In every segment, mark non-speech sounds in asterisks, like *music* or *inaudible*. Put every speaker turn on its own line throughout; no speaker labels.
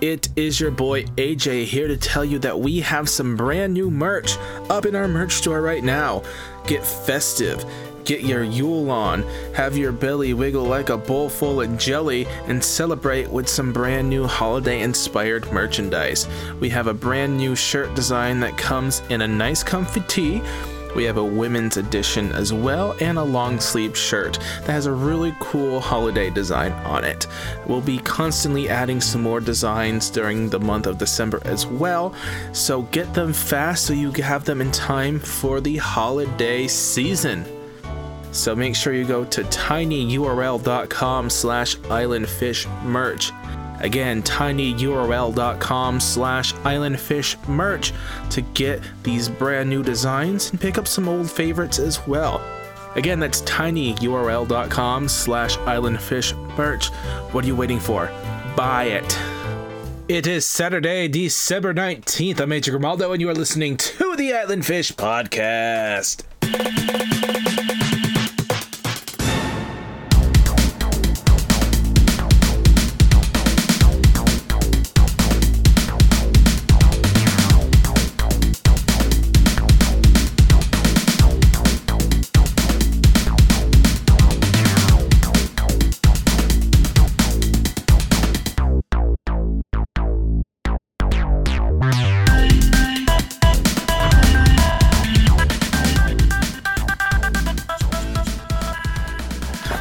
It is your boy AJ here to tell you that we have some brand new merch up in our merch store right now. Get festive, get your Yule on, have your belly wiggle like a bowl full of jelly, and celebrate with some brand new holiday inspired merchandise. We have a brand new shirt design that comes in a nice comfy tee. We have a women's edition as well and a long sleeve shirt that has a really cool holiday design on it. We'll be constantly adding some more designs during the month of December as well, so get them fast so you have them in time for the holiday season. So make sure you go to tinyurl.com slash islandfishmerch. Again, tinyurl.com slash islandfishmerch to get these brand new designs and pick up some old favorites as well. Again, that's tinyurl.com slash islandfishmerch. What are you waiting for? Buy it. It is Saturday, December 19th. I'm Major Grimaldo, and you are listening to the Island Fish Podcast.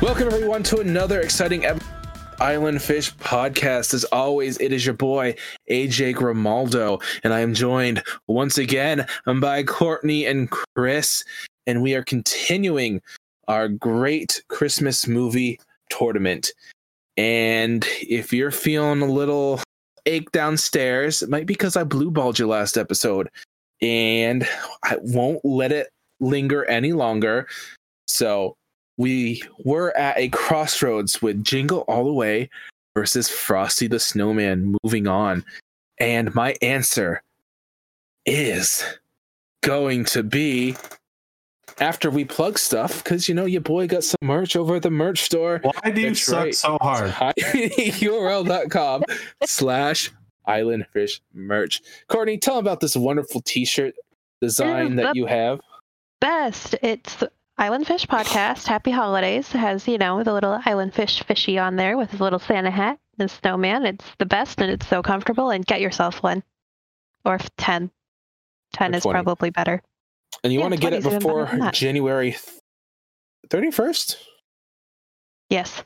Welcome everyone to another exciting episode of Island Fish Podcast. As always, it is your boy AJ Grimaldo, and I am joined once again by Courtney and Chris, and we are continuing our great Christmas movie tournament. And if you're feeling a little ache downstairs, it might be because I blue balled you last episode, and I won't let it linger any longer. So we were at a crossroads with Jingle All the Way versus Frosty the Snowman moving on. And my answer is going to be after we plug stuff, because you know your boy got some merch over at the merch store.
Why do you
That's
suck
right.
so hard?
*laughs* URL.com slash islandfish merch. Courtney, tell them about this wonderful t shirt design
Mm,
that
up-
you have.
best. It's the Island Fish Podcast. Happy Holidays. It has, you know, the little Island Fish fishy on there with his little Santa hat and snowman. It's the best and it's so comfortable. And get yourself one or f- 10. 10
Or
is
20.
probably better.
And you
Yeah,
want to get it
20's even better
before
than that.
January th- 31st?
Yes.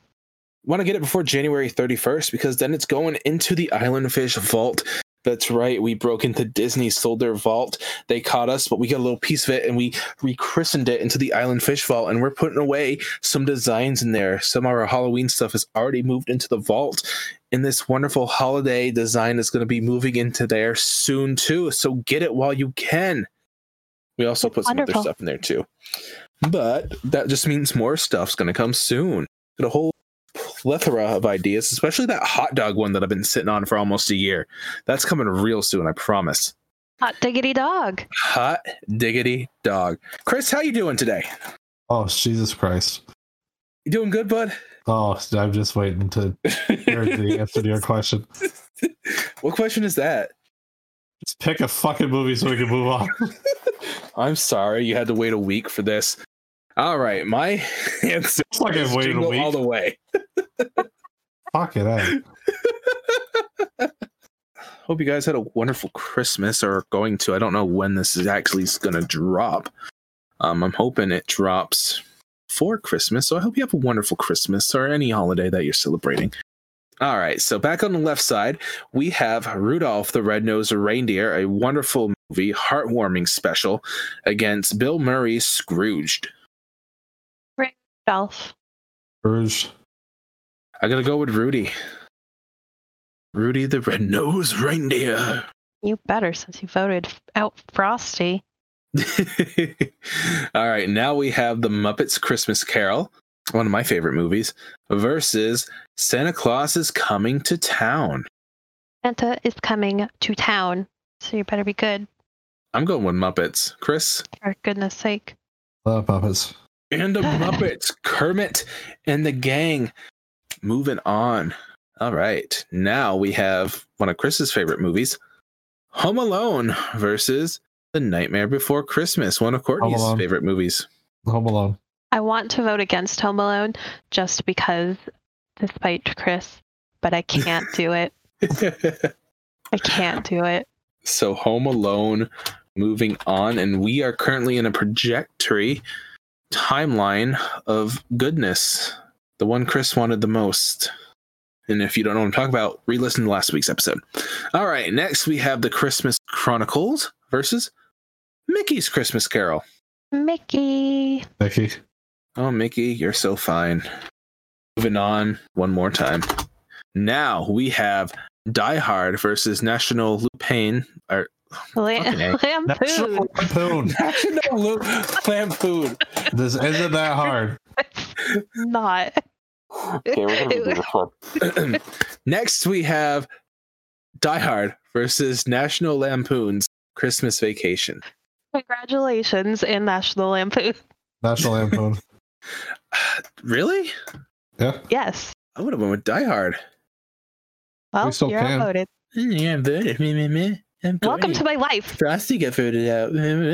want to get it before January 31st because then it's going into the Island Fish vault. That's right. We broke into Disney, sold their vault. They caught us, but we got a little piece of it and we rechristened it into the Island Fish vault. And we're putting away some designs in there. Some of our Halloween stuff has already moved into the vault. And this wonderful holiday design is going to be moving into there soon, too. So get it while you can. We also put some
Wonderful.
other stuff in there, too. But that just means more stuff's going to come soon. Got a whole plethora of ideas, especially that hot dog one that I've been sitting on for almost a year. That's coming real soon, I promise.
Hot diggity dog.
Hot diggity dog. Chris, how you doing today?
Oh Jesus Christ!
You doing good, bud?
Oh, I'm just waiting to
*laughs*
hear the answer to your question.
what question is that?
Just pick a fucking movie so we can move on. *laughs*
I'm sorry you had to wait a week for this. All right, my *laughs* answer
It's like I've
is
waited a
Jingle all
week.
the way.
Fuck it. eh?
Hope you guys had a wonderful Christmas or are going to. I don't know when this is actually going to drop. Um, I'm hoping it drops for Christmas. So I hope you have a wonderful Christmas or any holiday that you're celebrating. All right. So back on the left side, we have Rudolph the Red-Nosed Reindeer, a wonderful movie, heartwarming special against Bill Murray's Scrooged.
Dolph.
Urge.
I got to go with Rudy. Rudy the Red-Nosed Reindeer.
You better since you voted f- out Frosty.
*laughs* All right, now we have the Muppets Christmas Carol, one of my favorite movies, versus Santa Claus is coming to town.
Santa is coming to town. So you better be good,
I'm going with Muppets. Chris
for goodness sake.
Love puppets.
and the Muppets, Kermit and the gang. Moving on. All right. Now we have one of Chris's favorite movies, Home Alone versus The Nightmare Before Christmas, one of Courtney's
Alone.
favorite movies. *laughs*
Home Alone.
I want to vote against Home Alone just because, despite Chris, but I can't
*laughs*
do it. I can't do it.
so Home Alone moving on and we are currently in a trajectory timeline of goodness. The one Chris wanted the most. And if you don't know what I'm talking about, re-listen to last week's episode. All right, next we have The Christmas Chronicles versus Mickey's Christmas Carol.
Mickey.
Mickey.
Oh, Mickey, you're so fine. Moving on one more time. Now we have Die Hard versus National Lupin or Fucking A.
*laughs* Lam-
National
Lampoon.
Lampoon.
National Lup- Lampoon.
This isn't that hard.
It's not.
Okay, we're
*laughs*
gonna do this one.
*clears throat* Next we have Die Hard versus National Lampoon's Christmas Vacation.
Congratulations in National Lampoon.
National Lampoon.
Really?
Yeah.
Yes.
I would have went with Die Hard.
Well,
still
you're
can.
outvoted.
Yeah, I'm voted. Me, me, me. I'm
Welcome to my life.
Frosty got voted out.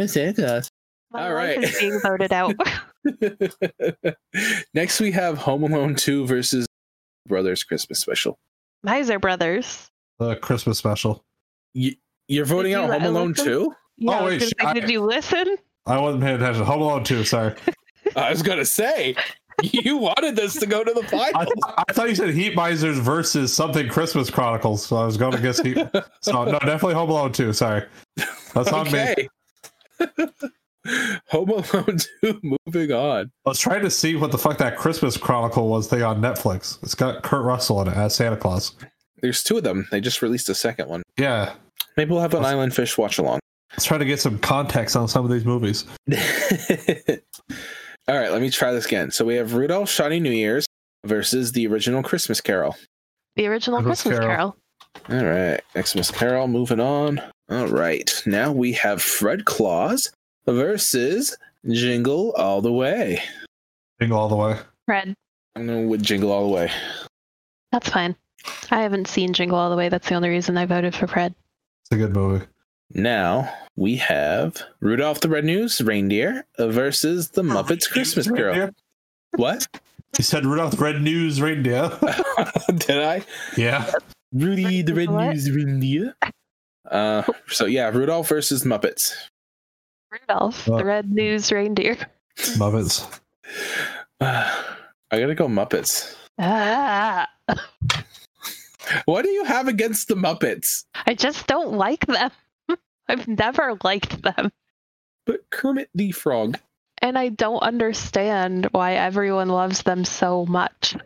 Santa.
My
All
life
right.
is being
*laughs*
voted out.
*laughs*
*laughs*
Next, we have Home Alone 2 versus Brothers Christmas Special.
Miser Brothers.
The Christmas special.
You're voting
you
out
let
Home Alone
Elizabeth-
2?
Yeah,
Oh,
I was
wait,
gonna say,
I-
did you listen?
I wasn't paying attention. Home Alone 2, sorry.
I was going to say, *laughs* you wanted this to go to the
I,
final.
th- I thought you said Heat Misers versus something Christmas Chronicles, so I was going to
*laughs*
guess Heat. So, no, definitely Home Alone 2, sorry. That's on me.
okay. *laughs* Home Alone 2, moving on.
I was trying to see what the fuck that Christmas Chronicle was thing on Netflix. It's got Kurt Russell in it as Santa Claus.
There's two of them. They just released a second one.
Yeah.
Maybe we'll have an Island Fish watch along. *laughs*
Let's try to get some context on some of these movies.
All right, let me try this again. So we have Rudolph Shiny New Year's versus the original Christmas Carol.
The original
Christmas
Christmas
Carol.
Carol.
All right, Xmas Carol, moving on. All right, now we have Fred Claus versus Jingle All the Way.
Jingle all the way.
Red.
I'm going with Jingle All the Way.
That's fine. I haven't seen Jingle All the Way. That's the only reason I voted for Fred.
It's a good movie.
Now we have Rudolph the Red Nose Reindeer versus the Hmm. Muppets Christmas Carol.
Reindeer?
What? *laughs*
You said Rudolph the Red News Reindeer. *laughs*
Did I?
yeah.
Rudy the Red
What?
Nose Reindeer. Uh, so yeah, Rudolph versus Muppets. *sighs*
Rudolph,
Uh,
the red news reindeer. *laughs*
Muppets.
I gotta go Muppets.
Ah,
What do you have against the Muppets?
I just don't like them. *laughs* I've never liked them.
But Kermit the Frog.
And I don't understand why everyone loves them so much.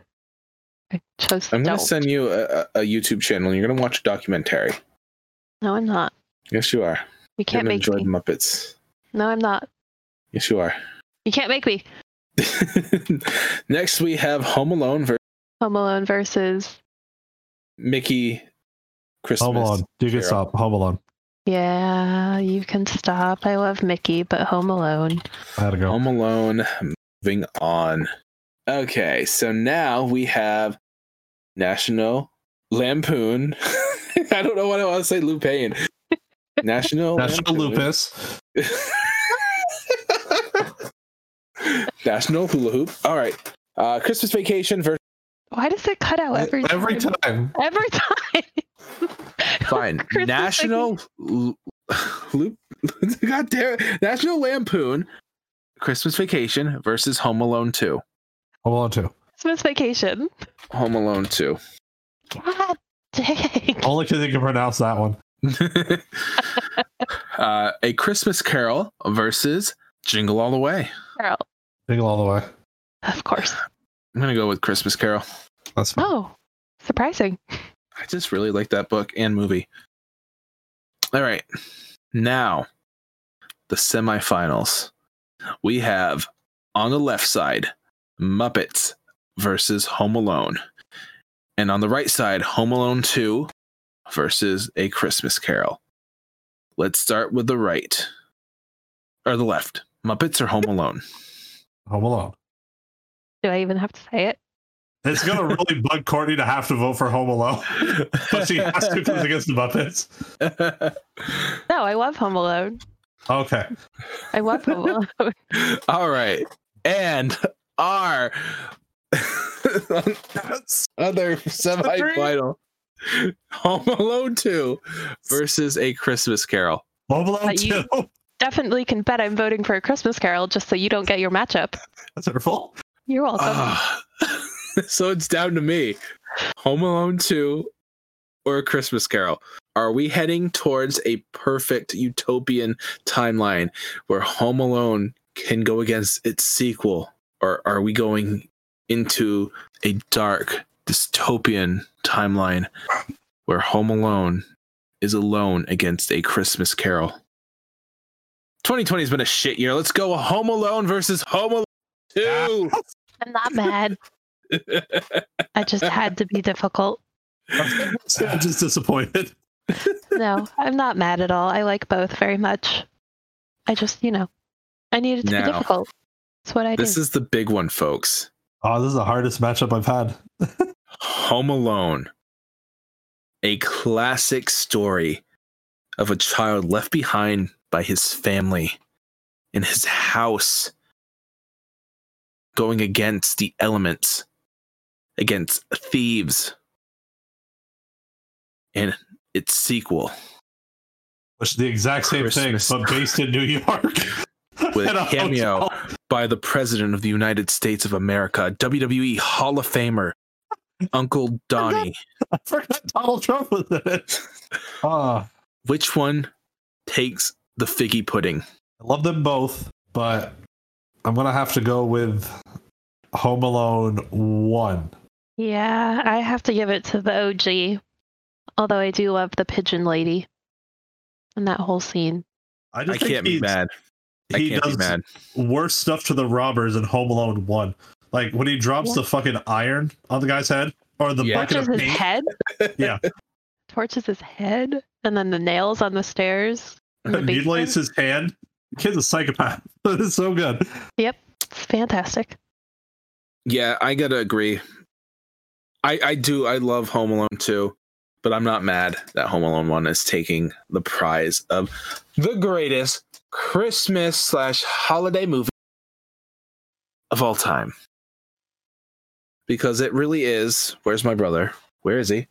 I just
I'm gonna
don't.
send you a, a, a YouTube channel. and You're gonna watch a documentary.
No, I'm not.
Yes, you are.
You
You're
can't
gonna
make
enjoy
me.
the Muppets.
No, I'm not.
Yes, you are. *laughs*
You can't make me.
Next, we have Home Alone versus
Home Alone versus.
Mickey Christmas.
Home Alone. You can
Carol.
stop. Home Alone.
Yeah, you can stop. I love Mickey, but Home Alone.
I had to go.
Home Alone. Moving on. Okay, so now we have National Lampoon. *laughs* I don't know what I want to say. Lupin. National.
National
Lampoon.
Lupus.
*laughs* National hula hoop. All right. Uh, Christmas vacation versus.
Why does it cut out Oh, every time?
Every time.
Every time.
*laughs* Fine.
*laughs* Christmas
National L- Loop. *laughs* God damn it. National Lampoon Christmas Vacation versus Home Alone 2.
Home Alone 2.
Christmas vacation.
Home Alone 2.
God dang.
Oh.
Only because you can pronounce that one.
*laughs* uh, a Christmas Carol versus Jingle All the Way.
Carol,
Jingle all the way.
of course.
I'm going to go with Christmas Carol.
That's fine.
Oh, surprising.
I just really like that book and movie. All right. Now, the semifinals. We have on the left side, Muppets versus Home Alone. And on the right side, Home Alone 2 versus A Christmas Carol. Let's start with the right or the left.
*laughs*
Muppets or Home Alone?
Oh.
Home Alone.
Do I even have to say it?
It's gonna
*laughs*
really bug Courtney to have to vote for Home Alone, *laughs* but she has to because against the Muppets.
*laughs*
No, I love Home Alone.
Okay,
I
*laughs*
love Home Alone.
All right. And our *laughs* other semi-final Home Alone 2 versus A Christmas Carol.
Home Alone
But
too. *laughs*
you- Definitely can bet I'm voting for a Christmas Carol just so you don't get your matchup.
That's her fault.
You're welcome.
Ah. *laughs* so it's down to me. Home Alone 2 or A Christmas Carol. Are we heading towards a perfect utopian timeline where Home Alone can go against its sequel? Or are we going into a dark dystopian timeline where Home Alone is alone against a Christmas Carol? 2020 has been a shit year. Let's go Home Alone versus Home Alone
Ah.
2.
I'm not mad. I just had to be difficult.
*laughs* I'm just disappointed.
No, I'm not mad at all. I like both very much. I just, you know, I needed to
Now,
be difficult. That's what I
This
do.
is the big one, folks.
Oh, this is the hardest matchup I've had.
Home Alone. A classic story of a child left behind by his family in his house, going against the elements, against thieves, and its sequel
Which is the exact same
Christmas.
thing, but based in New York.
*laughs*
*laughs*
With
In
a cameo.
hotel.
by the President of the United States of America, WWE Hall of Famer, Uncle Donnie.
*laughs* I forgot Donald Trump was in it. Ah,
Which one takes the figgy pudding?
I love them both, but I'm gonna have to go with Home Alone one.
Yeah, I have to give it to the OG. Although I do love the pigeon lady and that whole scene.
I
think
can't be
he's-
mad. I
he
can't
does
be mad.
worse stuff to the robbers in Home Alone one. Like when he drops
Yeah.
the fucking iron on the guy's head or the
Yeah.
bucket
Torches
of
his
paint.
head.
*laughs* Yeah.
Torches his head and then the nails on the stairs. in the
*laughs* mutilates
basement.
his hand. Kid's a psychopath. *laughs* That is so good.
It's fantastic.
Yeah, I gotta agree. I I do. I love Home Alone too, but I'm not mad that Home Alone one is taking the prize of the greatest Christmas slash holiday movie of all time. Because it really is. Where's my brother? Where is he?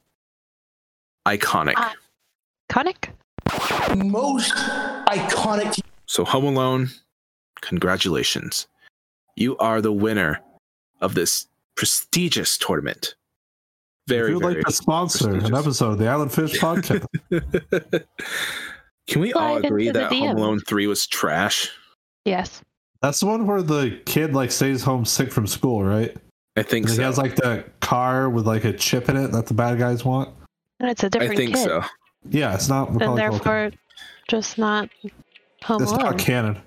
Iconic.
Ah. Conic?
most iconic
So, Home Alone, congratulations. You are the winner of this prestigious tournament.
if
Very,
you'd
very.
like to sponsor an
prestigious.
episode of the Island Fish
*laughs*
Podcast,
Can we all
Slide
agree
into the
that Home
DMs.
Alone 3 was trash?
Yes.
that's the one where the kid like stays home sick from school, right?
I think
And he
so.
has like the car with like a chip in it that the bad guys want.
And it's a
I
different
think
kid.
so.
Yeah, it's not.
And
Macaulay Culkin.
therefore just not home
it's
alone.
not canon.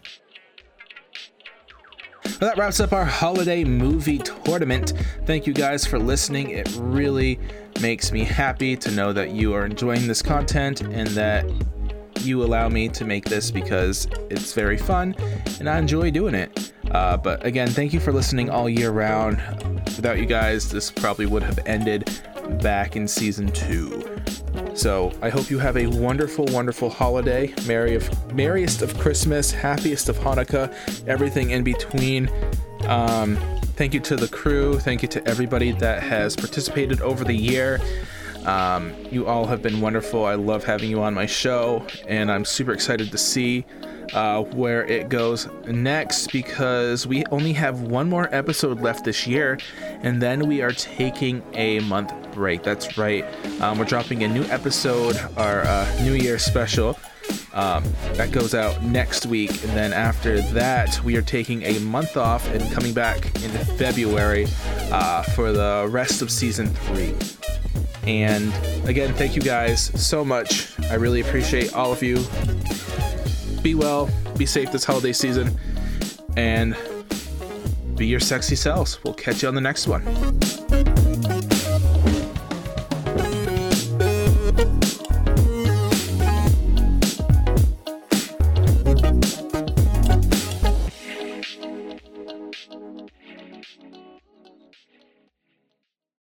Well, that wraps up our holiday movie tournament. Thank you guys for listening. It really makes me happy to know that you are enjoying this content and that you allow me to make this because it's very fun and I enjoy doing it. Uh, but again, thank you for listening all year round. Without you guys, this probably would have ended back in season two. So I hope you have a wonderful, wonderful holiday. Merry of, merriest of Christmas, happiest of Hanukkah, everything in between. Um, thank you to the crew. Thank you to everybody that has participated over the year. Um, you all have been wonderful. I love having you on my show, and I'm super excited to see uh, where it goes next because we only have one more episode left this year, and then we are taking a month break. That's right. Um, we're dropping a new episode, our uh, New Year special. Um, that goes out next week, and then after that, we are taking a month off and coming back in February uh, for the rest of season three. And again, thank you guys so much. I really appreciate all of you. Be well, be safe this holiday season, and be your sexy selves. We'll catch you on the next one.